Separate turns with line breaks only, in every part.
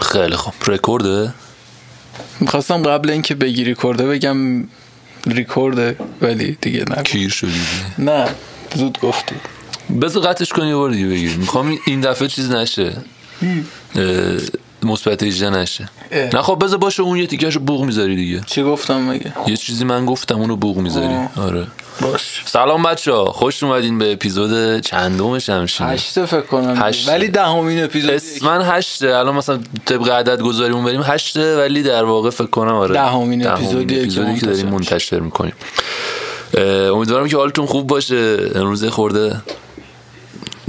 خیلی خب رکورده
میخواستم قبل اینکه بگی ریکورده بگم ریکورده ولی دیگه نه
کیر شدی
نه زود گفتی
بذار قطعش کنی یه بار دیگه بگیر میخوام این دفعه چیز نشه اه، مثبت 18 نشه
اه.
نه خب بذار باشه اون یه تیکش رو بوق میذاری دیگه
چی گفتم مگه
یه چیزی من گفتم اونو بوق میذاری
آه.
آره
باش
سلام بچه ها خوش اومدین به اپیزود چندم شمشیر
هشته فکر کنم
هشته.
ولی دهمین اپیزود
اسمن هشته الان مثلا طبق عدد گذاریمون بریم هشته ولی در واقع فکر کنم آره
دهمین اپیزودیه که
اپیزودی که داریم
منتشر
منتشر میکنیم امیدوارم که حالتون خوب باشه امروز یه خورده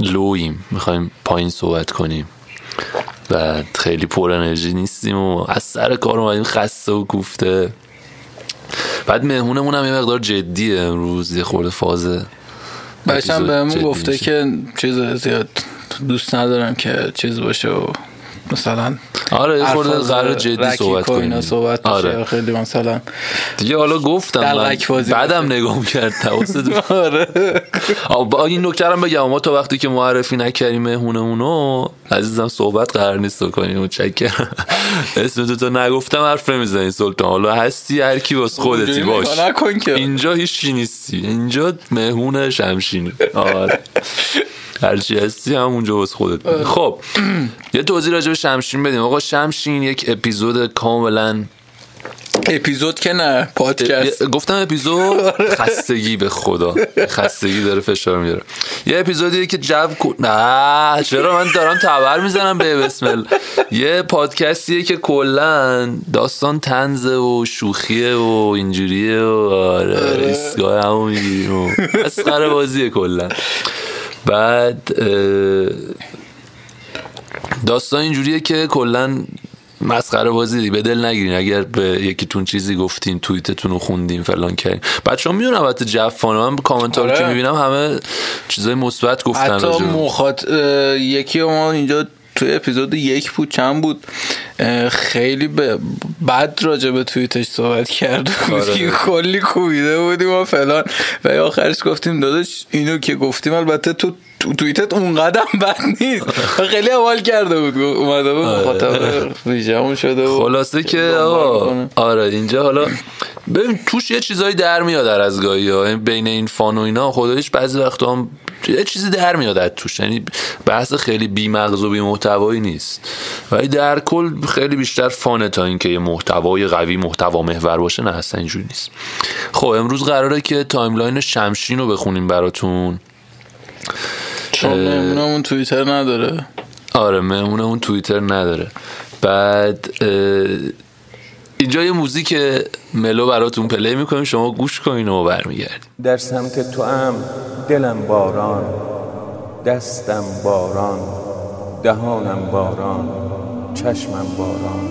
لویم میخوایم پایین صحبت کنیم و خیلی پر انرژی نیستیم و از سر کار اومدیم خسته و کوفته بعد مهمونمون هم یه مقدار جدیه امروز یه خورده فاز
بچم
اپیزود
بهمون
جدی
گفته
میشه.
که چیز زیاد دوست ندارم که چیز باشه و مثلا
آره یه خورده
الفاظ
قرار جدی
رکیک
صحبت
و اینا
کنیم
صحبت بشه.
آره
خیلی مثلا
دیگه حالا گفتم من
دلغک بازی
بعدم نگاه کرد توسط
آره
آه، با این نکته رو بگم ما تا وقتی که معرفی نکردیم مهمونمونو عزیزم صحبت قرار نیست کنیم متشکرم اسم تو نگفتم حرف نمیزنی سلطان حالا هستی هر کی واسه خودتی
اونجوری آره.
باش
نگاه نکن که.
اینجا هیچ کی نیستی اینجا مهمون شمشینه آره هرچی هستی همونجا واسه
آره.
خودت خب یه توضیح راجع به شمشین بدیم آقا شمشین یک اپیزود کاملا
اپیزود که نه پادکست
یه- گفتم اپیزود خستگی به خدا خستگی داره فشار میاره یه اپیزودیه که جو کو- نه چرا من دارم تبر میزنم به بسم الله یه پادکستیه که کلا داستان تنزه و شوخیه و اینجوریه و آره ایستگاه همو میگیریم و مسخره بازیه کلا بعد اه، داستان اینجوریه که کلا مسخره بازی دیگه به دل نگیرین اگر به یکیتون چیزی گفتین توییتتون رو خوندین فلان کردین بچه‌ها میدونن البته جفانه من کامنت رو
آره.
که میبینم همه چیزای مثبت گفتن
حتی
راجع به-
مخاط اه، یکی ما اینجا توی اپیزود یک بود چند بود اه، خیلی به بد راجع به توییتش صحبت کرده بود
آره.
که کلی کوبیده بودیم و فلان و آخرش گفتیم داداش اینو که گفتیم البته تو تو توییتت اونقدر هم بد نیست و خیلی حال کرده بود اومده بود مخاطب ویژمون شده بود
آره. خلاصه که
دنبال
آقا
می‌کنه.
آره اینجا حالا ببین توش یه چیزایی در میاد هر از گاهی ها یعنی بین این فان و اینا خدایش بعضی وقتا هم یه چیزی در میاد از توش یعنی بحث خیلی بی مغز و بی محتوایی نیست ولی در کل خیلی بیشتر فانه تا اینکه یه محتوای قوی محتوا محور باشه نه اصلا اینجوری نیست خب امروز قراره که تایملاین شمشین رو بخونیم براتون
چون مهمونمون توییتر نداره
آره مهمون اون توییتر نداره بعد اه، اینجا یه موزیک ملو براتون پلی میکنیم شما گوش کنین و برمیگردیم
در سمت تو هم دلم باران دستم باران دهانم باران چشمم باران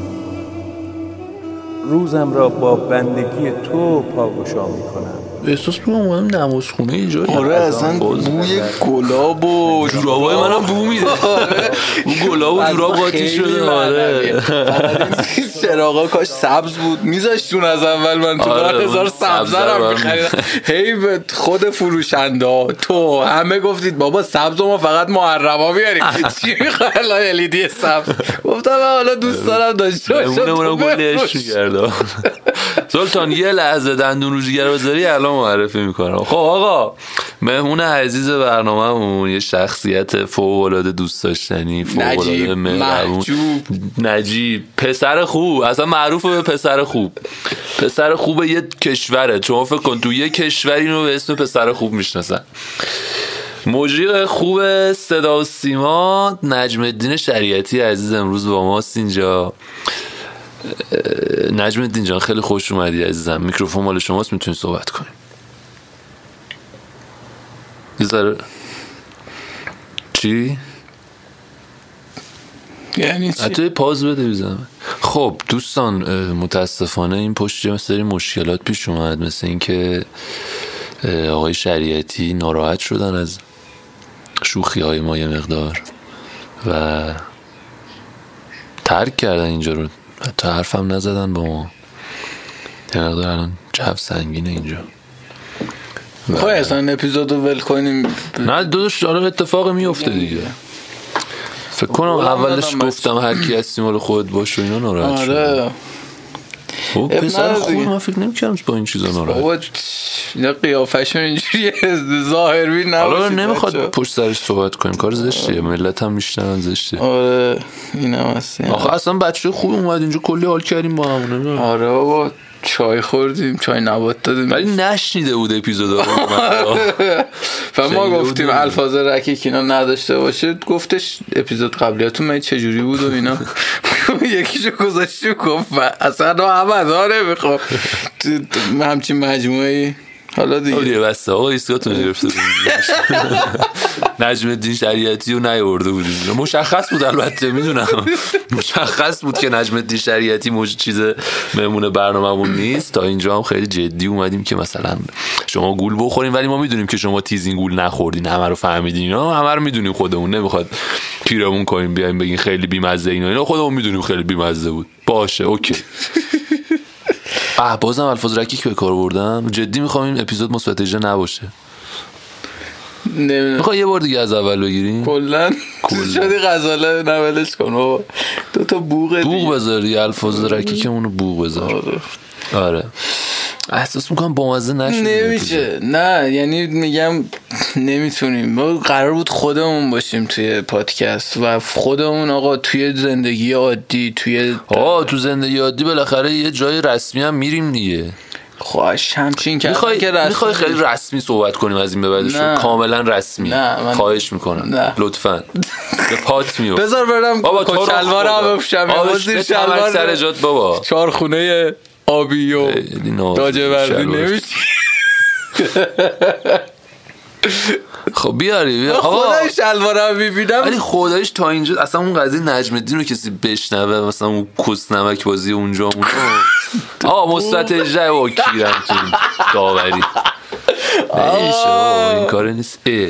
روزم را با بندگی تو پاگشا می کنم
احساس میکنم اومدم نماز خونه اینجا یعنی
آره اصلا
باز-
بوی گلاب و
جورابای منم بو میده اون گلاب و جوراب قاطی شده آره
چراغا کاش سبز بود میذاشتون از اول من تو
آره،
آره
اون
هزار
سبزه
سبزه
رو
رو
برام
می‌خریدم. هی به خود فروشنده ها، تو همه گفتید بابا سبز رو ما فقط محرما بیاریم چی میخوای الان الیدی سبز گفتم من حالا دوست دارم داشته باشم
مونه
تو
مونه گلش
بفروش.
میگرده سلطان یه لحظه دندون رو جگر بذاری الان معرفی میکنم خب آقا مهمون عزیز برنامهمون یه شخصیت فوق العاده دوست داشتنی فوق
نجیب،
العاده مهربون.
محجوب.
نجیب پسر خوب اصلا معروف به پسر خوب پسر خوب یه کشوره شما فکر کن تو یه کشور اینو به اسم پسر خوب میشناسن مجری خوب صدا و سیما نجم الدین شریعتی عزیز امروز با ماست اینجا اه، نجم الدین جان خیلی خوش اومدی عزیزم میکروفون مال شماست میتونی صحبت کنی یه ذره- چی؟
یعنی چی؟
حتی پاز بده بیزم خب دوستان اه، متاسفانه این پشت یه سری مشکلات پیش اومد مثل اینکه اه، آقای شریعتی ناراحت شدن از شوخی های ما یه مقدار و ترک کردن اینجا رو حتی حرفم نزدن با ما یه مقدار الان جو سنگینه اینجا
خب اصلا اپیزود رو ول کنیم
نه دوش داره اتفاق میفته دیگه فکر کنم
قولم
اولش
دادم بچه.
گفتم هر کی هستی مال خودت باش و اینا ناراحت شد
آره
خب،
اب
پسر
نداره
خوب
دیگه. خب،
من فکر نمی‌کردم با این چیزا ناراحت
بابا اینا قیافشون اینجوریه ظاهر بین
حالا
نباشید
نمیخواد
بچه‌ها.
پشت سرش صحبت کنیم کار زشتیه ملت هم میشنن زشته
آره اینم هست یعنی.
آخه اصلا بچه خوب اومد اینجا کلی حال کردیم با همونه
آره بابا چای خوردیم چای نبات دادیم
ولی نشنیده بود اپیزود
و ما
شنیده
گفتیم
بودیم.
الفاظ رکی که اینا نداشته باشه گفتش اپیزود قبلیاتون من چجوری بود و اینا یکیشو گذاشتی و گفت و اصلا هم از آره نمیخوام همچین مجموعه حالا دیگه
یه بسته آقا ایستگاهتون رو گرفته بودیم نجم الدین شریعتی رو نیورده بودیم مشخص بود البته میدونم مشخص بود که نجم الدین شریعتی مج... چیز مهمون برنامهمون نیست تا اینجا هم خیلی جدی اومدیم که مثلا شما گول بخورین ولی ما میدونیم که شما تیزین گول نخوردین همه رو فهمیدین اینا همه رو میدونیم خودمون نمیخواد پیرمون کنیم بیایم بگین خیلی بیمزه اینا اینا خودمون میدونیم خیلی بیمزه بود باشه اوکی اه بازم الفاظ رکیک به کار بردم جدی میخوام این اپیزود مثبت اجرا نباشه
نمیدونم
میخوام یه بار دیگه از اول بگیریم
کلا شدی غزاله نولش کن بابا دو تا بوغ دیگه.
بوق بذاری الفاظ رکیکمون رو بوق بذار
آره.
آره احساس میکنم بامزه نشد این اپیزود.
نمیشه نه یعنی میگم نمیتونیم ما قرار بود خودمون باشیم توی پادکست و خودمون آقا توی زندگی عادی توی
آه تو زندگی عادی بالاخره یه جای رسمی هم میریم دیگه
خواهش خب، همچین که
میخوای
یعنی که رسمی-
میخوای خیلی رسمی صحبت کنیم از این به بعدش
نه.
کاملا رسمی
نه، من-
خواهش میکنم
نه.
لطفا به پات میوفت
بذار برم خب،
بابا تو رو خدا.
شلوارم بپوشم یه
آبش
بازی
بتمک
شلوار
سر جات بابا
چهار خونه آبی و
خیلی نازی
داجه بردی
شلوار.
نمیشه
خب بیاری بیاری آقا،
خدای شلوارم
ولی خب-
میبینم
خدایش تا اینجا اصلا اون قضیه نجم الدین رو کسی بشنوه مثلا اون کس نمک بازی اونجا اون آقا مثبت اجرا و کیرم تو داوری نمیشه آقا، این کار نیست اه.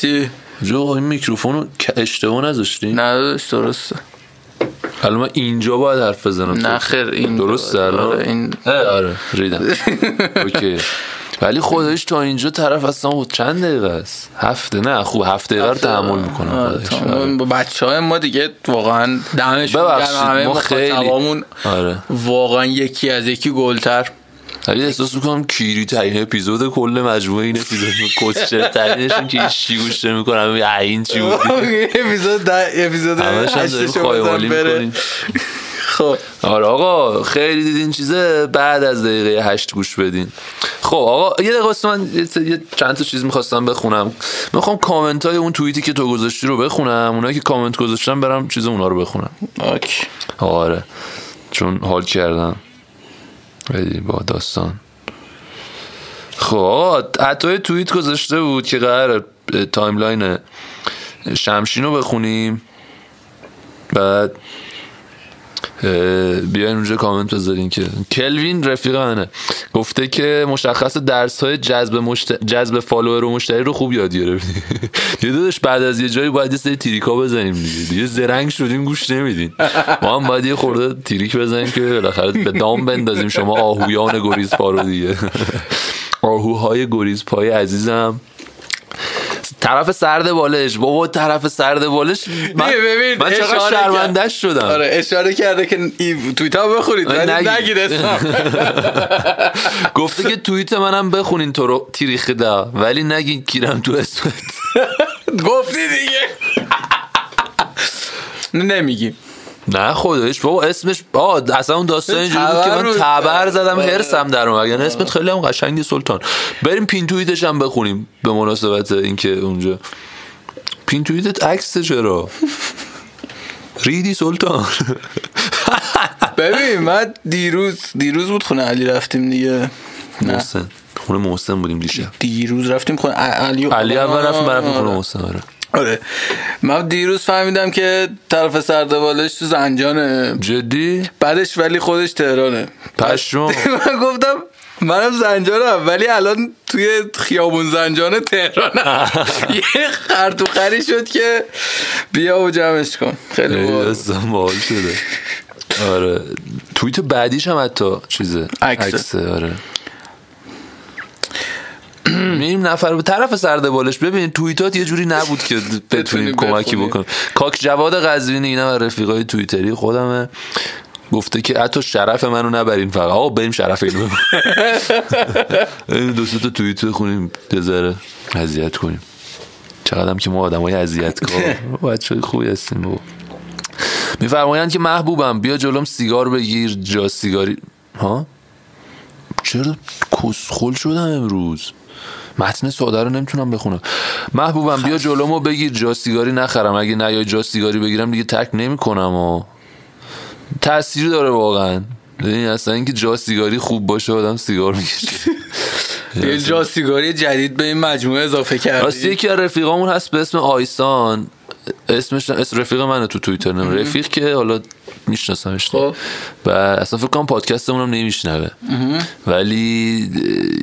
چی؟
جو آقا، این میکروفون رو که اشتباه نذاشتی
نداشت درسته
الان من اینجا باید حرف بزنم
نه خیر این
درست
آره،
الان
این
اه، آره ریدم اوکی ولی خودش تا اینجا طرف اصلا چند دقیقه است هفته نه خوب هفت دقیقه رو تحمل میکنم
آره،
خودش
تا ما- با بچه های ما دیگه واقعا دمشون گرم
ببخشید،
همه
ما خیلی-
مخاطبامون
آره
واقعا یکی از یکی گلتر
ولی احساس میکنم کیری ترین اپیزود کل مجموعه این اپیزود کسچر ترینشون که این چی گوش نمیکنم این چی بود
اپیزود ده اپیزود
همش هم داریم
هشتشو بزن
خواهی
بره.
میکنیم
خب
آره آقا خیلی دیدین چیزه بعد از دقیقه هشت گوش بدین خب آقا یه دقیقه واسه من یه ت- یه چند تا چیز میخواستم بخونم میخوام کامنت های اون توییتی که تو گذاشتی رو بخونم اونایی که کامنت گذاشتن برم چیز اونا رو بخونم
آکی.
آره چون حال کردم خیلی با داستان خب آقا، حتی یه توییت گذاشته بود که قرار تایملاین شمشین رو بخونیم بعد اه، بیاین اونجا کامنت بذارین که کلوین رفیق منه گفته که مشخص درس های جذب, مشت... جذب فالوور و مشتری رو خوب یاد گرفتی یه دادش بعد از یه جایی باید یه سری تریکا بزنیم دیگه دیگه زرنگ شدیم گوش نمیدین ما هم باید یه خورده تریک بزنیم که بالاخره به دام بندازیم شما آهویان گریز پا رو دیگه آهوهای گریز پای عزیزم طرف سرد بالش بابا طرف سرد بالش من,
دیگه ببین،
من چقدر
اشاره کرد.
شرمندش شدم
آره اشاره کرده که این توییتا رو بخورید ولی
نگید.
نگید اسمم.
گفته که توییت منم بخونین تو رو تیریخ دا ولی نگین کیرم تو اسمت
گفتی دیگه نه، نمیگیم
نه خودش بابا اسمش آ اصلا اون داستان اینجوری بود که من
تبر بود.
تبر زدم
آره.
هرسم در اومد یعنی اسمت خیلی هم قشنگی سلطان بریم پین توییتش هم بخونیم به مناسبت اینکه اونجا پین توییتت عکس چرا ریدی سلطان
ببین من دیروز دیروز بود خونه علی رفتیم دیگه نه
محسن خونه محسن بودیم دیشب
دیروز رفتیم خونه ع- علی
علی اول رفت من رفتم
آره.
خونه محسن آره
آره من دیروز فهمیدم که طرف سردبالش تو زنجانه
جدی
بعدش ولی خودش تهرانه
پشمام
من گفتم منم زنجانم ولی الان توی خیابون زنجان تهرانم یه خرطوخری شد که بیا و جمعش کن خیلی
خیلی
باحال.
داستان باحال شده آره توییت آره. بعدیش هم حتی چیزه
عکسه.
آره میریم نفر به طرف سرده بالش ببین توییتات یه جوری نبود که بتونیم
بتونیم
کمکی
بخونیم.
بکنیم کاک جواد قزوینی اینا از رفیقای توییتری خودمه گفته که حتی شرف منو نبرین فقط آقا بریم شرف اینو این دو سه تا توییت بخونیم یه ذره اذیت کنیم چقدرم که ما آدمای اذیت کار بچه خوبی هستیم بابا میفرمایند که محبوبم بیا جلوم سیگار بگیر جا سیگاری ها چرا کسخل شدم امروز متن ساده رو نمیتونم بخونم محبوبم بیا جلومو بگیر جا سیگاری نخرم اگه نیای جا سیگاری بگیرم دیگه تک نمیکنم و تاثیر داره واقعا ببین اصلا اینکه جا سیگاری خوب باشه آدم سیگار میکشه
یه جا سیگاری جدید به این مجموعه اضافه
راستی
کردی
یکی از رفیقامون هست به اسم آیسان اسمش اسم رفیق منه تو توییتر نم رفیق که حالا میشناسمش
خب.
و اصلا فکر کنم پادکستمون هم نمیشنوه ولی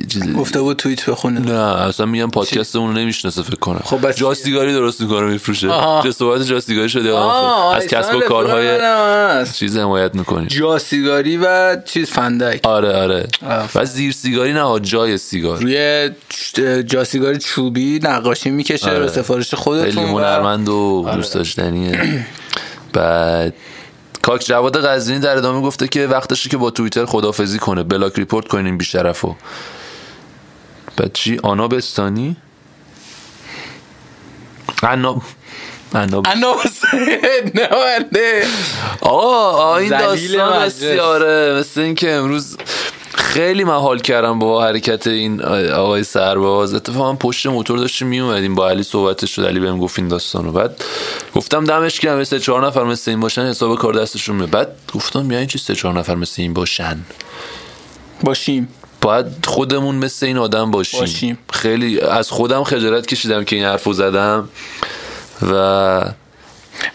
اه، چیز-
گفته بود توییت بخونه
نه اصلا میگم پادکستمون رو نمیشناسه فکر کنم
خب، بس
جا
چیه؟
سیگاری درست میکنه میفروشه
آها.
چه صحبت جا سیگاری شده آدم
آه،
خود. از
آیسان
کسب و
رفیق
کارهای
منم هست.
چیز حمایت میکنی
جا سیگاری و چیز فندک
آره آره
آفرین.
و زیر سیگاری نه جای سیگار
روی چ- جا سیگاری چوبی نقاشی میکشه
آره.
به سفارش
خیلی
خودتون و- آره.
هنرمند و دوست داشتنیه بعد کاک جواد قزوینی در ادامه گفته که وقتشه که با توییتر خدافزی کنه بلاک ریپورت کنین این بیشرفو بعد چی آنابستانی عناب عناب
انا حسین نمنده
آه, آه این
ذلیل
داستان
مجلس.
بسیاره مثل اینکه امروز خیلی من حال کردم با حرکت این آقای سرباز اتفاقا پشت موتور داشتیم میومدیم با علی صحبتش شد علی بهم گفت این داستان رو بعد گفتم دمش گرم سه چهار نفر مثل این باشن حساب کار دستشون میاد بعد گفتم یعنی چی سه چهار نفر مثل این باشن
باشیم
باید خودمون مثل این آدم باشیم,
باشیم.
خیلی از خودم خجالت کشیدم که این حرفو زدم و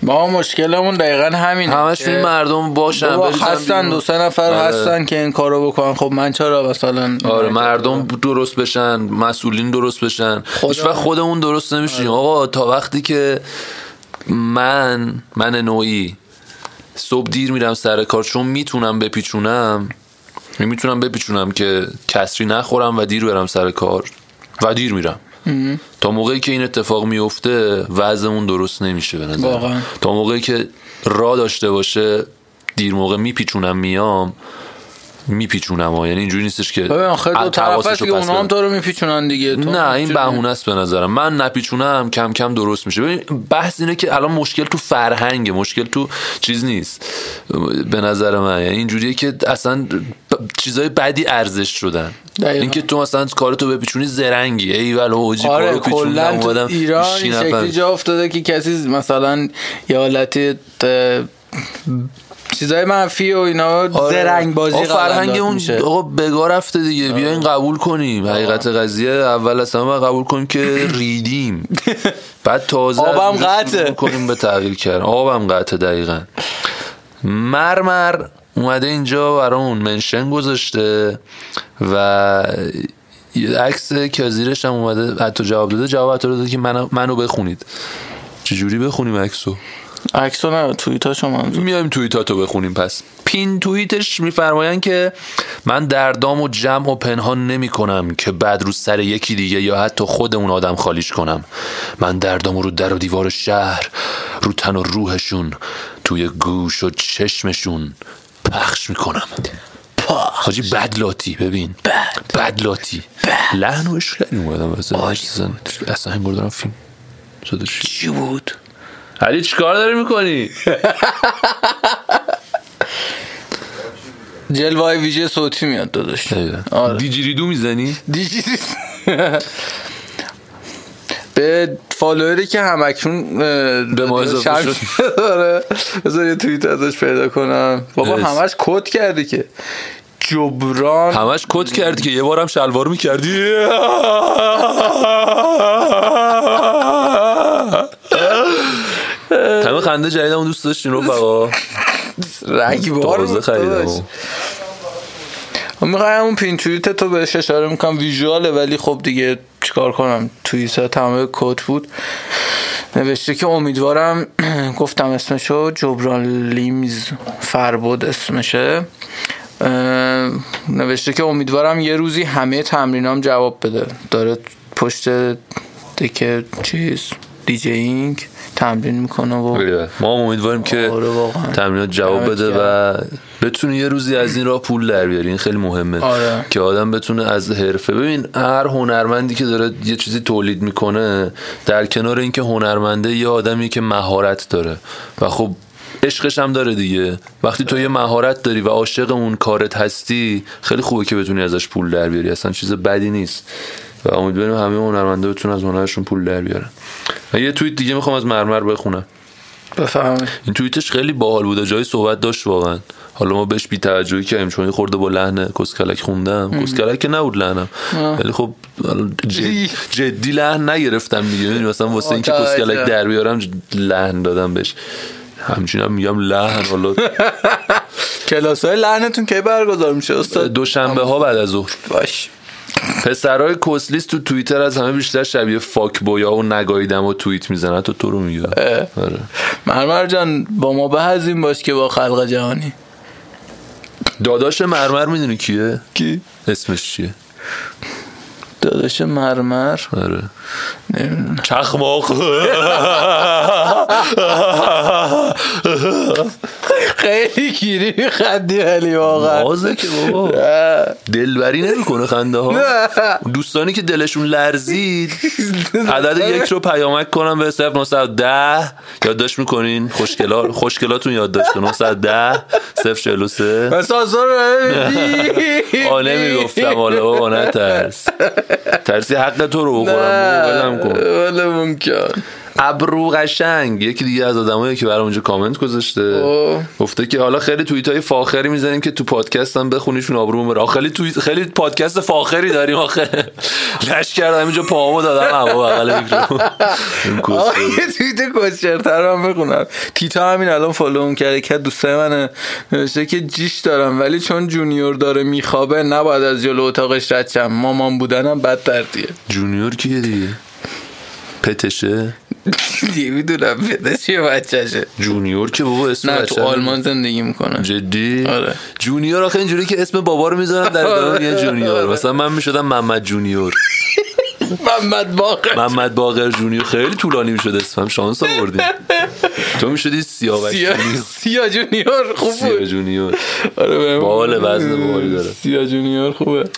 ما مشکلمون دقیقا همینه
همشون
که
مردم باشن
بابا
بریزن
هستن
بیرون.
دو سه نفر
آره.
هستن که این کارو بکنن خب من چرا مثلا
آره مردم درست بشن مسئولین درست بشن هیچ وقت خودمون درست نمیشیم آقا تا وقتی که من من نوعی صبح دیر میرم سر کار چون میتونم بپیچونم میتونم بپیچونم که کسری نخورم و دیر برم سر کار و دیر میرم تا موقعی که این اتفاق میفته وضعمون درست نمیشه به نظر
واقعا.
تا موقعی که را داشته باشه دیر موقع میپیچونم میام میپیچونم ها یعنی اینجوری نیستش که
ببین آخه دو
از
طرف
حواسشو
هست که
پس
اونا هم
بدم.
تو رو میپیچونن دیگه تو
نه این
می‌تونی-
بهونه است به نظرم من نپیچونم کم کم درست میشه ببین بحث اینه که الان مشکل تو فرهنگه مشکل تو چیز نیست به نظر من یعنی اینجوریه که اصلا ب- چیزای بدی ارزش شدن
دقیقاً.
اینکه تو مثلا کارتو بپیچونی زرنگی ای ول حاجی
آره
کارو پیچوندم
کلا تو
اومدم
ایران این
شی نفهمید.
شکلی جا افتاده که کسی مثلا یه حالتی ت- چیزای منفی و اینا زرنگ بازی
آه، آره. فرهنگ
قلمداد
اون
میشه.
آقا بگا رفته دیگه بیاین قبول کنیم حقیقت قضیه اول از همه باید قبول کنیم که ریدیم بعد تازه از
آبم
اونجا
قطعه.
شروع کنیم به تغییر کردن آبم قطعه دقیقا مرمر اومده اینجا برامون منشن گذاشته و یه عکس که زیرش هم اومده حتی جواب داده جواب حتی داده که منو, منو بخونید چجوری بخونیم عکسو
عکسو نه توییتاشو منظور
میایم توییتاتو بخونیم پس پین توییتش میفرمایند که من دردام و جمع و پنهان نمی کنم که بعد رو سر یکی دیگه یا حتی خود اون آدم خالیش کنم من دردام رو در و دیوار شهر رو تن و روحشون توی گوش و چشمشون پخش میکنم حاجی بدلاتی ببین بدلاتی لحن و عشق کردیم اومدم واسه. اصلا اصلا انگار دارم فیلم شده
چی بود
علی چیکار داری میکنی؟
جلوه ویژه صوتی میاد داداش آره.
دیجیریدو میزنی؟
دیجی به فالووری که همکنون به
ما اضافه
داره آره. بذار یه توییت ازش پیدا کنم بابا
مرسی.
همش کد کرده که جبران
همش کد کرد که یه بارم شلوار میکردی تمام خنده جدیدمون دوست داشتین رفقا
رگبار
تازه خریدم
میخوام خب، همون پین توییت تو بهش اشاره میکنم ویژواله ولی خب دیگه چیکار کنم توییت تمام کد بود نوشته که امیدوارم گفتم اسمشو جبران لیمز فربود اسمشه اه، نوشته که امیدوارم یه روزی همه تمرینام جواب بده داره پشت دکه چیز دیجینگ تمرین میکنه
بله.
و
ما هم امیدواریم که
آره واقعا.
تمرینات جواب
دمت
بده و بتونه یه روزی از این راه پول در بیاره این خیلی مهمه
آره.
که آدم بتونه از حرفه ببین هر هنرمندی که داره یه چیزی تولید میکنه در کنار اینکه هنرمنده یه آدمی که مهارت داره و خب عشقش هم داره دیگه وقتی تو یه مهارت داری و عاشق اون کارت هستی خیلی خوبه که بتونی ازش پول در بیاری اصلا چیز بدی نیست و امیدواریم همه هنرمنده بتونن از هنرشون پول در بیارن و یه توییت دیگه میخوام از مرمر بخونم
بفهمه
این توییتش خیلی باحال بود و جای صحبت داشت واقعا حالا ما بهش بی توجهی کردیم چون یه خورده با لحن کسکلک خوندم کسکلک که نبود لحنم ولی خب حالا جد- جدی لحن نگرفتم دیگه می‌دونی، مثلا واسه اینکه
متوجه.
کسکلک در بیارم ج- لحن دادم بهش همچنین هم میگم لحن حالا
کلاس های لعنتون کی برگزار میشه استاد
دوشنبه ها بعد از ظهر
باش
پسرای کسلیس تو توییتر از همه بیشتر شبیه فاک بویا و نگاییدم و توییت میزنن تو تو رو میگم آره
مرمر جان با ما بهزیم باش که با خلق جهانی
داداش مرمر میدونی کیه
کی
اسمش چیه
داداش مرمر
آره
نمیدونم
چخماق
خیلی گیری خدی ولی واقعا
بازه که بابا
اه.
دلبری نمیکنه خنده ها دوستانی که دلشون لرزید عدد یک رو پیامک کنم به صرف 910 یادداشت میکنین خوشگلا خوشگلاتون یادداشت کن 910 043
پس آزار رو ببینی.
آ نمیگفتم حالا بابا نترس ترسی حق تو رو
نه.
بخورم بابا، ولم کن
ولمون کن
ابرو قشنگ یکی دیگه از آدمایی که برام اونجا کامنت گذاشته
اوه.
گفته که حالا خیلی توییت های فاخری میزنیم که تو پادکست هم بخونیشون آبرومون بره آخ، خیلی توییت خیلی پادکست فاخری داریم آخه لش کردم اینجا پاهامو دادم هوا بغل میکروفون این
آقا
کوسه.
یه توییت کسچرتر رو هم بخونم تیتا همین الان فالوم کرده که دوستای منه نوشته که جیش دارم ولی چون جونیور داره میخوابه نباید از جلو اتاقش رد شم مامان بودنم بدتر دیگه
جونیور کیه دیگه پتشه
دیگه میدونم پدش یه بچهشه
جونیور که بابا اسم
نه
بچه
تو
هم
آلمان زندگی میکنه
جدی
آره.
جونیور آخه اینجوری که اسم بابا رو میذارن در ادامه میگن
آره.
جونیور مثلا من میشدم محمد جونیور
محمد باقر
محمد باقر جونیور خیلی طولانی میشد اسمم شانس آوردی تو میشدی سیاوش
سیا
جونیور.
سیا جونیور خوب
سیا
بود
جونیور
آره بهم-
باحاله، وزن باحالی داره.
سیا جونیور خوبه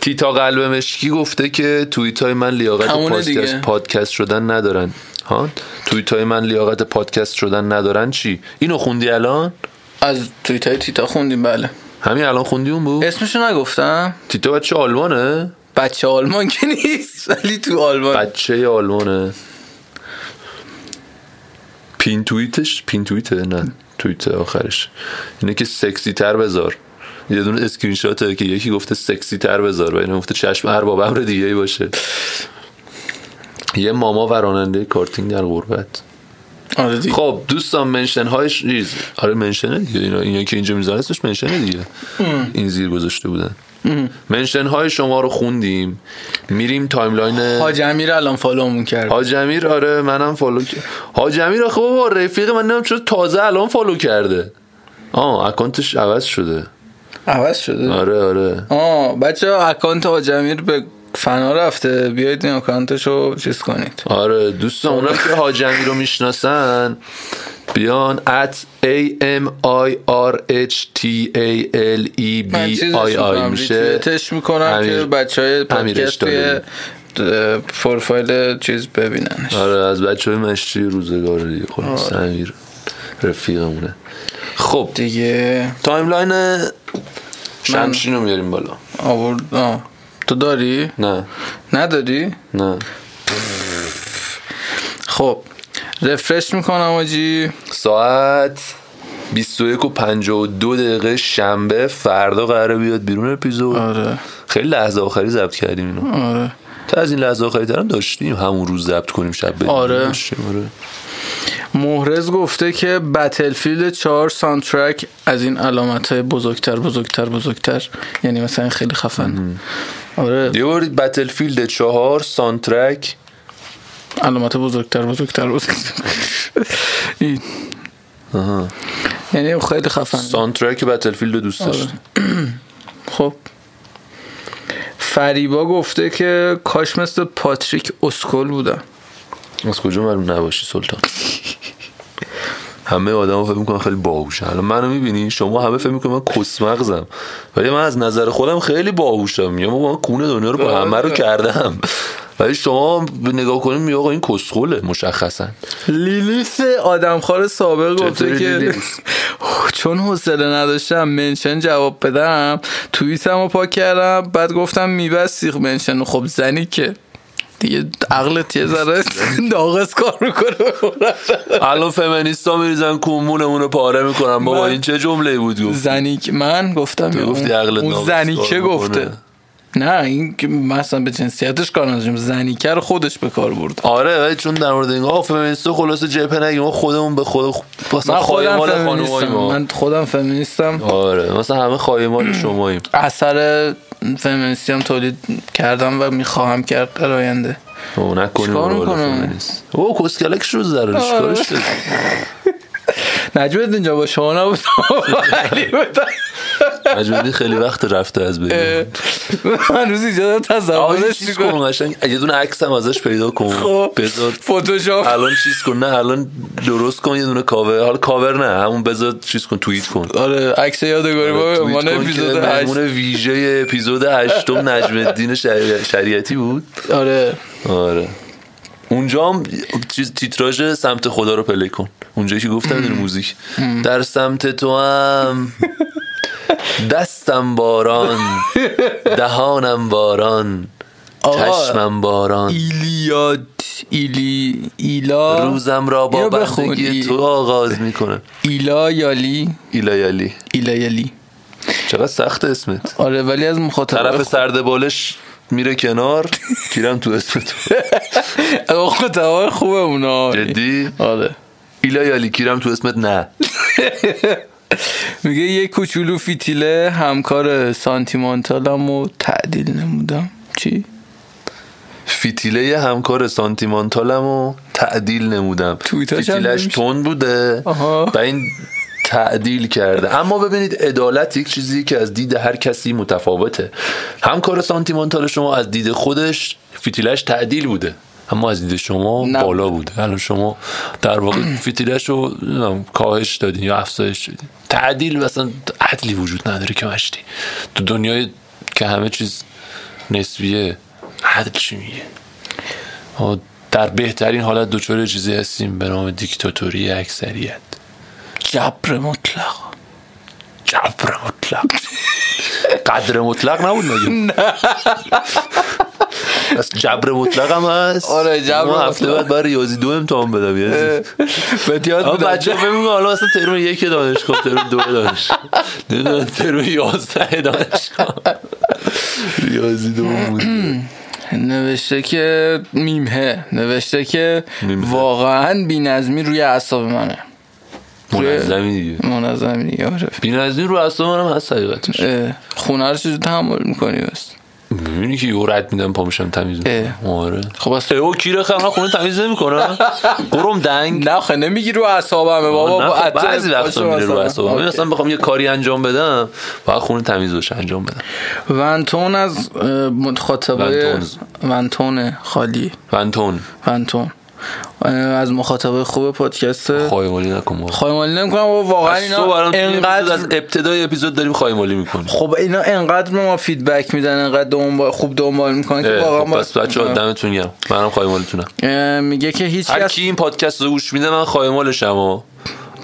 تیتا قلب مشکی گفته که توییت های من لیاقت
همونه
پادکست,
دیگه.
پادکست شدن ندارن ها توییت های من لیاقت پادکست شدن ندارن چی اینو خوندی الان
از توییت های تیتا خوندیم بله
همین الان خوندی اون بود
اسمشو نگفتم
تیتا بچه آلمانه
بچه آلمان که نیست ولی تو آلمان
بچه آلمانه پین توییتش پین توییته نه توییت آخرش اینه که سکسی تر بذار یه دونه اسکرین شاته که یکی گفته سکسی تر بذار و اینو گفته چشم هر باب امر دیگه باشه یه ماما و راننده کارتینگ در غربت
آره دیگه
خب دوستان منشن هایش ریز آره منشنه دیگه اینا اینا که اینجا میذاره اسمش منشنه دیگه این زیر گذاشته بودن منشن های شما رو خوندیم میریم تایملاین
حاج امیر الان فالومون کرد
حاج امیر آره منم فالو کرد حاج امیر آخه بابا رفیق من نمیدونم چرا تازه الان فالو کرده آه اکانتش عوض شده
عوض شده
آره آره
آه بچه اکانت حاج امیر به فنا رفته بیایید این اکانتشو چیز کنید
آره دوستان اونا که حاج امیر رو میشناسن بیان at a m i r h t a l e b
من
i i
چیزش
میشه
میشه تش میکنم
امیر-
که بچه های پادکست توی
اشتاده.
د- پروفایل چیز ببیننش
آره از بچه های مشتی روزگار دیگه
آره.
خلاص امیر رفیقمونه خب
دیگه
تایملاین شمشین رو میاریم بالا
آورد آه. تو داری؟
نه
نداری؟
نه
خب رفرش میکنم آجی
ساعت 21 و 52 دقیقه شنبه فردا قراره بیاد بیرون اپیزود
آره
خیلی لحظه آخری ضبط کردیم اینو
آره
تا از این لحظه آخری ترم داشتیم همون روز ضبط کنیم شب بریم.
آره.
داشتیم، آره
مهرز گفته که بتلفیلد 4 سانترک از این علامت های بزرگتر بزرگتر بزرگتر یعنی مثلا خیلی خفن آره
یه بار بتلفیلد چهار سانترک
علامت بزرگتر بزرگتر بزرگتر این یعنی خیلی خفن
سانترک بتلفیلد رو دوست
آره.
داشت
خب فریبا گفته که کاش مثل پاتریک اسکل بودم
از کجا معلوم نباشی سلطان همه آدم فکر میکنن خیلی باهوشن الان منو میبینی شما همه فکر میکنن من کسمغزم ولی من از نظر خودم خیلی باهوشم میگم آقا من کونه دنیا رو با همه
آره.
رو کردم ولی شما نگاه کنیم میگه آقا این کسخله مشخصا
لیلیس آدمخوار سابق گفته
چطوری
که
لیلیس؟
چون حوصله نداشتم منشن جواب بدم توییتم رو پاک کردم بعد گفتم میبستی منشن رو. خب زنی که دیگه عقلت یه ذره ناقص کار میکنه
الان فمینیستا میریزن کومونمون رو پاره میکنن بابا
من-
این چه جمله بود گفت
زنی که من گفتم
تو
اون-
گفتی عقلت
اون
ناقص
زنی
کار
که
میکنه.
گفته نه این که مثلا به جنسیتش کار نداشتم زنی که رو خودش به کار برد
آره ولی چون در مورد این آقا فمینیستا خلاصه جبهه نگیم ما خودمون به خود مثلا
من خودم
خایمال خانمایی
فمینیستم
ما
من خودم فمینیستم
آره مثلا همه خایمال شماییم
اثر فمینیستی هم تولید کردم و میخواهم کرد در آینده
او نکنیم
چیکار
رول
می‌کنه؟
فمینیست او کسکلکش رو زرارش
آره.
کارش داری؟
نجمت اینجا با شما نبودم علی بودم.
مجموعی خیلی وقت رفته از بین
من روز ایجاد
آقا یه
تصورش
چیز
میکنم
کن قشنگ یه دونه عکس هم ازش پیدا کن
خب.
بذار
فوتوشاپ
الان چیز کن نه الان درست کن یه دونه کاور حالا کاور نه همون بذار چیز کن توییت کن
آره عکس یادگاری با
توییت
من
کن که
اپیزود
مهمون
هشت
ویژه اپیزود هشتم نجم الدین شری- شریعتی بود
آره
آره اونجا هم چیز تیتراژ سمت خدا رو پلی کن اونجایی که گفتم این موزیک در سمت تو هم دستم باران دهانم باران
آقا.
چشمم باران
ایلیاد ایلی ایلا
روزم را با
اینو بخون.
بندگی
ای-
تو آغاز میکنم
ایلا یالی
ایلایالی
ایلا یالی
چقدر سخت اسمت
آره ولی از مخاطب
طرف سرد بالش میره کنار گیرم تو اسم تو
مخاطبای خوبه اونا
جدی
آره
ایلایالی گیرم تو اسمت نه
میگه یه کوچولو فیتیله همکار سانتیمانتالم و تعدیل نمودم چی؟
فیتیله همکار سانتیمانتالم رو تعدیل نمودم
توییتاش هم
فیتیلش
نمیشه.
تون بوده
آها.
و این تعدیل کرده اما ببینید عدالت یک چیزی که از دید هر کسی متفاوته همکار سانتیمانتال شما از دید خودش فیتیلش تعدیل بوده اما از دید شما
نه.
بالا بوده الان شما در واقع فیتیلش رو نمیدونم، کاهش دادین یا افزایش دادین تعدیل مثلا عدلی وجود نداره که مشتی تو دنیای که همه چیز نسبیه عدل چی میگه ما در بهترین حالت دچار چیزی هستیم به نام دیکتاتوری اکثریت
جبر مطلق
جبر مطلق قدر مطلق نبود مگه بس جبر مطلق هم هست
آره، جبر
ما هفته
مطلق.
بعد برای ریاضی دو امتحان بدم یه
بهت
آقا بچه
بچه
فکر می‌کنن حالا اصلا ترم یک دانشگاه ترم دو دانشگاه نمیدونم ترم یازده دانشگاه ریاضی دو بود
نوشته که میمه نوشته که
میمه.
واقعا بینظمی روی اعصاب منه
منظمی دیگه
منظمی دیگه، آره
بی‌نظمی رو اصلا منم هست حقیقتش
اه، خونه رو چجور تحمل میکنی بس
میبینی که یهو رد میدم پا میشم تمیز می‌کنم. آره
خب بس
او کیره خب من خونه تمیز نمیکنم قرم دنگ
نه خیلی نمیگی رو اعصابمه بابا
نه،
با
خب،
عطر
بعضی
پاشو
وقتا میره رو
مثلا.
اعصابم
اوکی.
من اصلا بخوام یه کاری انجام بدم باید خونه تمیز باشه انجام بدم
ونتون از اه، مخاطبای
ونتونز.
ونتون خالی
فنتون
ونتون اه، از مخاطبای خوب پادکست
خایمالی نکن بابا.
خواهی نمیکنم و واقعا
خب. از تو برام
اینا
توی اپیزود از
انقدر
ابتدای اپیزود داریم خایمالی میکنیم
خب اینا انقدر به ما فیدبک میدن انقدر دنبال خوب دنبال میکنن که واقعا
خب
ما-
پس بچه ها دمتون گرم منم خایمالتونم
اه، میگه که هیچ
هر
کس
کی این پادکست رو گوش میده من خایمالشم و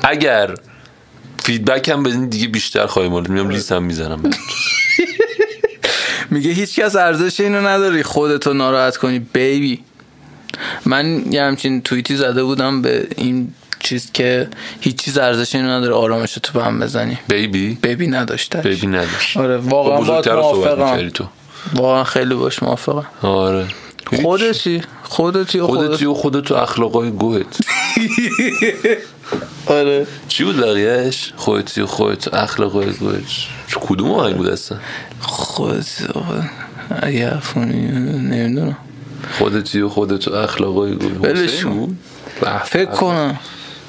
اگر فیدبک هم بدین دیگه بیشتر خایمال میام لیست هم میزنم
میگه هیچ کس ارزش اینو نداری خودتو ناراحت کنی بیبی من یه همچین توییتی زده بودم به این چیز که هیچ چیز ارزش اینو نداره آرامش تو به هم بزنی
بیبی
بیبی نداشته
بیبی نداشت
آره واقعا
با
باهات
بزرگتر رو صحبت می‌کردی
موافقم
تو
واقعا خیلی باش موافقم
آره
خودتی خودتی و خودت
خودتی و خودت و اخلاقای گوهت
آره
چی بود بقیهش خودتی و خودت و اخلاقای گوهت چه- کدوم آهنگ بود اصلا
خودت اگه عفونی نمیدونم
خودتی و خودت و اخلاقای گوهت
ولش
حسین
کن.
بود؟ به،
فکر
به.
کنم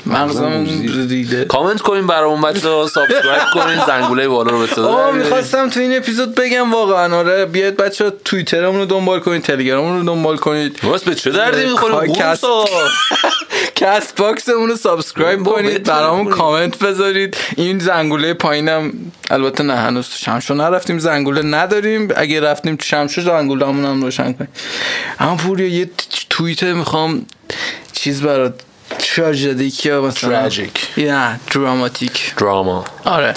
مغزمون ریده
کامنت کنین برامون بچه ها سابسکرایب کنین زنگوله بالا رو به صدا
آه
نیارین.
میخواستم تو این اپیزود بگم واقعا آره بیاید بچه توییترمون رو دنبال کنید تلگراممون رو دنبال کنید
راست به چه دردی میخوریم
کست- کست باکسمون رو سابسکرایب
بابا،
کنید
بهتر
برامون
کنید.
کامنت بذارید این زنگوله پایینم البته نه هنوز تو شمشو نرفتیم زنگوله نداریم اگه رفتیم تو شمشو زنگوله همون هم روشن کنیم اما پوریا یه ت- توییت میخوام چیز برات تراژدیک یا مثلا
Tragic.
نه دراماتیک
دراما
آره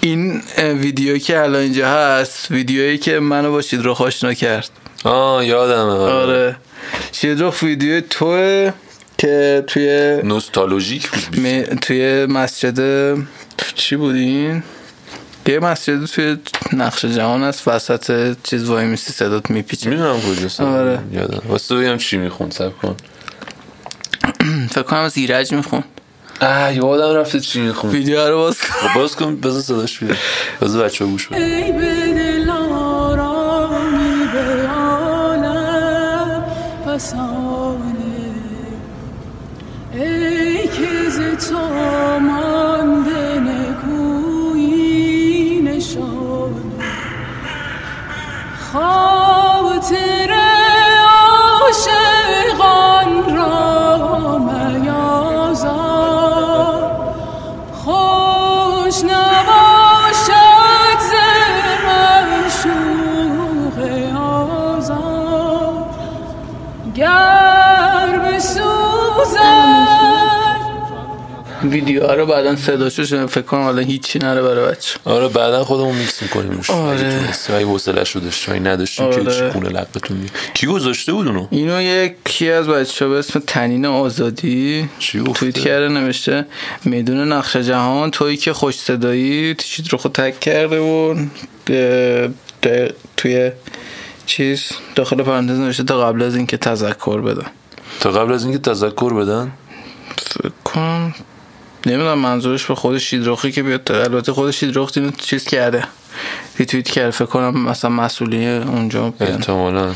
این اه، ویدیو که الان اینجا هست ویدیویی که منو با شیدروخ آشنا کرد
آه یادمه
آره شیدروخ ویدیو توه که توی
نوستالژیک بود
م... توی مسجد چی بودین؟ یه مسجد توی نقش جهان است وسط چیز وای میسی صدات میپیچه
میدونم کجاست
آره.
یادم واسه بگم چی میخون سب کن
فکر کنم از ایرج میخون
آه یادم رفته چی میخون
ویدیو رو باز کن.
خب باز کن بذار صداش بیاد بذار بچه گوش بده
ای به دل آرامی به عالم فسانه ای که ز تو مانده نکویی نشانه خاطر عاشقان را میازار خوش نباشد ز معشوق آزاد گر بسوزد
ویدیو رو بعدا صداشو شنیدم. فکر کنم الان هیچی نره برای بچه
آره بعدا خودمون میکس میکنیم روش
آره.
اگه تونستیم اگه حوصله‌اش رو داشتیم اگه نداشتیم که
آره.
چی خونه لقتون می کی گذاشته بود اونو
اینو یکی از بچه به اسم تنین آزادی
چی گفته؟
توییت کرده نوشته میدون نقش جهان تویی که خوش صدایی چیز رو خود تک کرده و اه، ده- توی چیز داخل پرانتز نوشته تا قبل از اینکه تذکر بدم
تا قبل از اینکه تذکر بدن
فکر کنم نمیدونم منظورش به خود شیدروخی که بیاد البته خود شیدروخ اینو چیز کرده ریتویت کرده فکر کنم مثلا مسئولی اونجا
یعنی.
بیان.
احتمالاً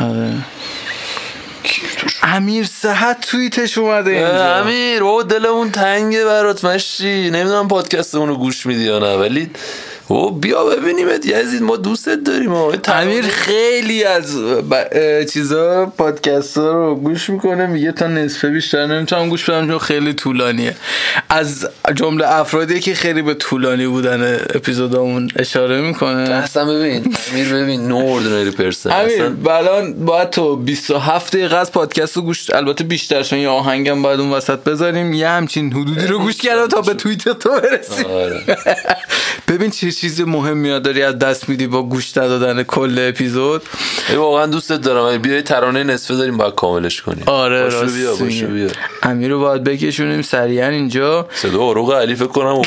آره.
امیر صحت توییتش اومده اینجا
امیر او دلمون تنگه برات مشتی نمیدونم پادکستمون رو گوش میدی یا نه ولی او بیا ببینیمت یزید ما دوستت داریم آقا.
امیر خیلی از ب... اه، چیزا پادکست ها رو گوش میکنه میگه تا نصفه بیشتر نمیتونم گوش بدم چون خیلی طولانیه از جمله افرادی که خیلی به طولانی بودن اپیزودامون اشاره میکنه
اصلا ببین امیر ببین نو اوردینری پرسن
امیر
اصلا
بلان باید تو 27 دقیقه از پادکست رو گوش البته بیشتر چون یه آهنگم باید اون وسط بذاریم یه همچین حدودی رو گوش کردم تا به توییت تو برسیم
آره.
ببین چه چیز مهمی رو داری از دست میدی با گوش ندادن کل اپیزود
ای واقعا دوستت دارم امیر. بیا یه ترانه نصفه داریم باید کاملش کنیم
آره
باشو بیا
راست
باشو
میگه.
بیا
امیر رو باید بکشونیم سریعا اینجا
صدا آروغ علی فکر کنم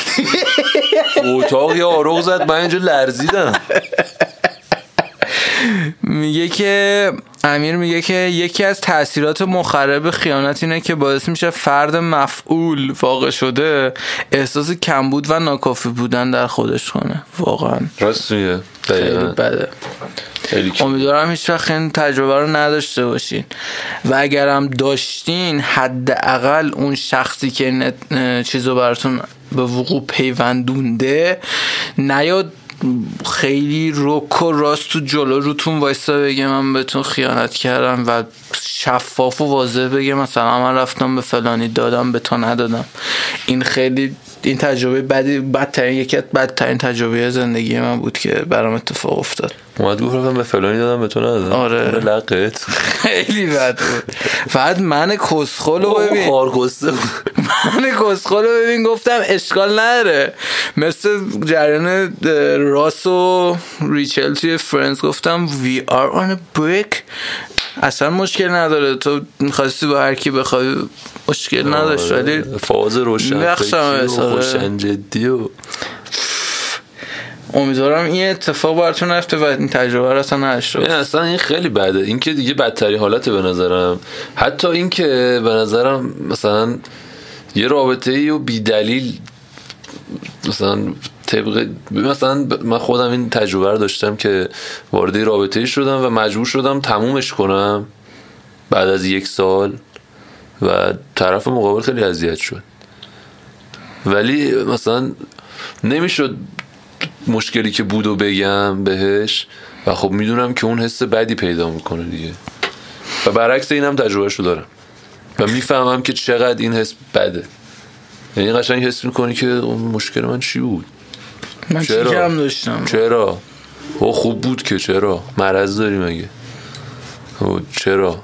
اتاق یا آروغ زد من اینجا لرزیدم
میگه که امیر میگه که یکی از تاثیرات مخرب خیانت اینه که باعث میشه فرد مفعول واقع شده احساس کمبود و ناکافی بودن در خودش کنه واقعا
راست میگه
خیلی
دقیقاً.
بده
خیلی کی-
امیدوارم هیچ وقت این تجربه رو نداشته باشین و اگرم داشتین حداقل اون شخصی که این اه، چیز رو براتون به وقوع پیوندونده نیاد خیلی رک و راست تو جلو روتون وایسا بگه من بهتون خیانت کردم و شفاف و واضح بگه مثلا من رفتم به فلانی دادم به تو ندادم این خیلی این تجربه بدی بدترین یکی از بدترین تجربه زندگی من بود که برام اتفاق افتاد
اومد گفت رفتم به فلانی دادم به تو ندادم
آره.
به لقت
خیلی بد بود فقط من کسخل رو
ببین
ببین
خارگسته بود
من کسخل رو ببین گفتم اشکال نداره مثل جریان اه، راس و ریچل توی فرنز گفتم وی آر آن بریک اصلا مشکل نداره تو میخواستی با هر کی بخوای مشکل
آره.
نداشت ولی
فاز روشن
نقشم
فکری و
هست، آره.
خوشن جدی و
امیدوارم این اتفاق براتون نیفته و این تجربه رو اصلا نداشته
این
باشید.
اصلا این خیلی بده این که دیگه بدتری حالته به نظرم حتی این که به نظرم مثلا یه رابطه ای و بیدلیل مثلا طبق مثلا ب- من خودم این تجربه رو داشتم که وارد یه رابطه ای شدم و مجبور شدم تمومش کنم بعد از یک سال و طرف مقابل خیلی اذیت شد ولی مثلا نمیشد مشکلی که بود و بگم بهش و خب میدونم که اون حس بدی پیدا میکنه دیگه و برعکس اینم تجربهشو دارم و میفهمم که چقدر این حس بده یعنی قشنگ حس میکنی که اون مشکل من چی بود
من چی
چرا؟
کم داشتم
چرا او خوب بود که چرا مرض داری مگه او چرا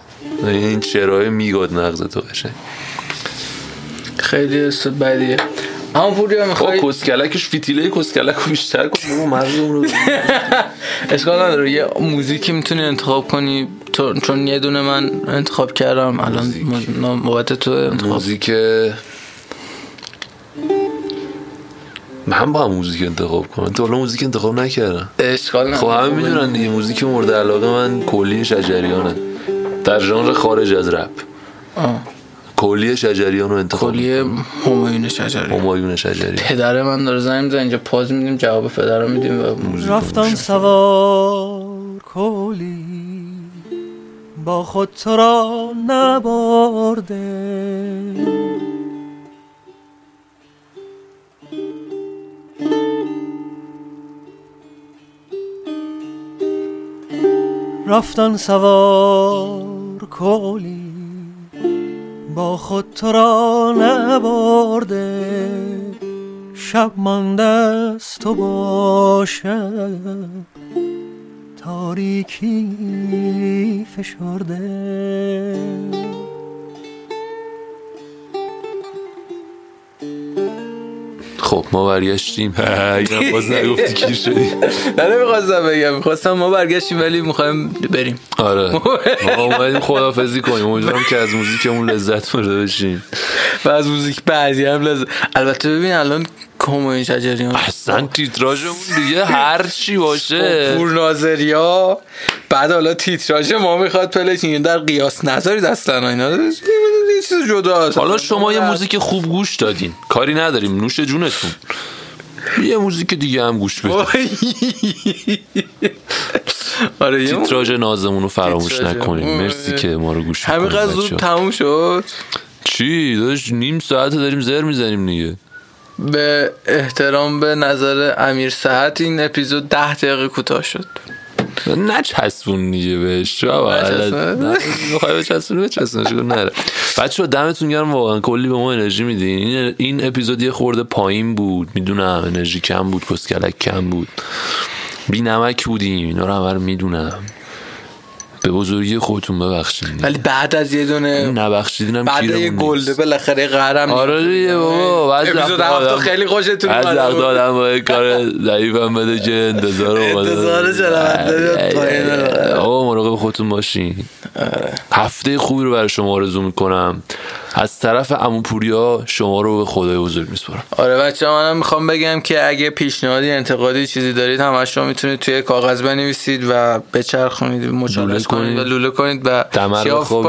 این چرای میگاد نقض تو قشنگ
خیلی حس بدیه اما پوریا
با
میخوای
کسکلکش فیتیله کسکلک رو بیشتر کن بابا مرض اون رو ببین.
اشکال نداره یه موزیکی میتونی انتخاب کنی تو- چون یه دونه من انتخاب کردم الان
موزیک.
م- نوبت تو انتخاب
موزیک من با هم موزیک انتخاب کنم تو حالا موزیک انتخاب نکردم
اشکال نداره
خب همه میدونن دیگه موزیک مورد علاقه من کلی شجریانه در ژانر خارج از رپ
آه.
کلی شجریان رو انتخاب
کلیه همایون شجری
همایون شجریان
پدر من داره زنگ میزنه اینجا پاز میدیم جواب پدر رو میدیم و
رفتم سوار کلی با خود تو را نبرده رفتن سوار کلی با خود تو را نبرده شب مانده است تو باشم تاریکی فشرده
خب ما برگشتیم اینم باز نگفتی کی شدی
نه نمیخواستم بگم میخواستم ما برگشتیم ولی میخوایم بریم
آره ما اومدیم خدافزی کنیم امیدوارم که از موزیکمون لذت برده بشیم
و از موزیک بعضی هم لازم البته ببین الان همایون شجریان
اصلا تیتراژمون دیگه هر چی باشه
پور ناظریا خب، بعد حالا تیتراژ ما میخواد پلش این در قیاس نذارید اصلا اینا یه چیز جدا
حالا شما یه موزیک خوب گوش دادین کاری نداریم نوش جونتون یه موزیک دیگه هم گوش بدین
آره یه مو-
تیتراژ نازمون رو فراموش
تیتراژ.
نکنیم مرسی
آره.
که ما رو گوش
همینقدر
می‌کنید
زود
بچه‌ها.
تموم شد
چی داشت نیم ساعت داریم زر میزنیم دیگه
به احترام به نظر امیر صحت این اپیزود ده دقیقه کوتاه شد
نچسبون دیگه بهش چه
نچسبون؟
میخوای بچسبونی بچسبونش کن نره بچه دمتون گرم واقعا کلی به ما انرژی میدین این, این اپیزود یه خورده پایین بود میدونم انرژی کم بود کسکلک کم بود بی نمک بودیم اینا رو همه رو میدونم به بزرگی خودتون ببخشید
ولی بعد از یه دونه
نبخشیدین هم
بعد یه
گیرمون نیست.
گلده بالاخره قهرم
آره دیگه بابا بعضی
اپیزود
وقتا
هفته
آدم-
خیلی خوشتون
از
اومده
وقت
بود.
آدم با یه کار ضعیف هم بده که انتظار رو بالا-
انتظار شنونده بیاد
آره،
پایین. آره.
آره. آقا مراقب خودتون باشین هفته خوبی رو برای شما آرزو میکنم از طرف عمو پوریا شما رو به خدای بزرگ میسپارم
آره بچه منم میخوام بگم که اگه پیشنهادی انتقادی چیزی دارید همش رو میتونید توی کاغذ بنویسید و بچرخونید مچالش
لوله
کنید
کنید.
و لوله کنید و
دمر
شیاف
بخوابید.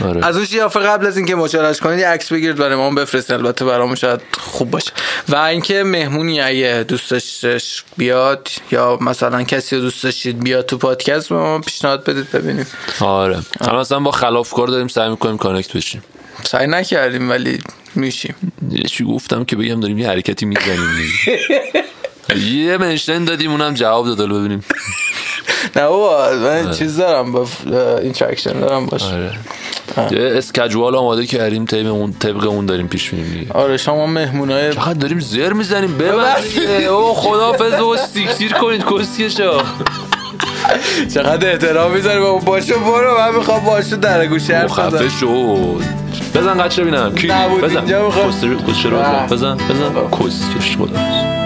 کنید
آره.
از اون شیافه قبل از اینکه مچالش کنید یه عکس بگیرید برای ما بفرستید البته برامون شاید خوب باشه و اینکه مهمونی اگه دوست داشتش بیاد یا مثلا کسی رو دوست داشتید بیاد تو پادکست به ما پیشنهاد بدید ببینیم
آره هم اصلا با خلافکار داریم سعی میکنیم کانکت بشیم
سعی نکردیم ولی میشیم
یه چی گفتم که بگم داریم یه حرکتی میزنیم یه منشن دادیم اونم جواب داد حالا ببینیم
نه بابا من چیز دارم با اینتراکشن دارم باشه
آره یه اسکجوال آماده کردیم طبق اون طبق اون داریم پیش میریم دیگه
آره شما مهمونای
فقط داریم زر میزنیم ببخشید او خدافظ و سیکتیر کنید کسکشا
چقدر احترام میذاری با باشو برو من میخوام باشو در گوشه حرف
خفه
بزنم.
شد بزن قطره ببینم کی
نبود،
بزن
اینجا میخوام.
کسر- کسر رو بزن
آه.
بزن بزن کسکش خدا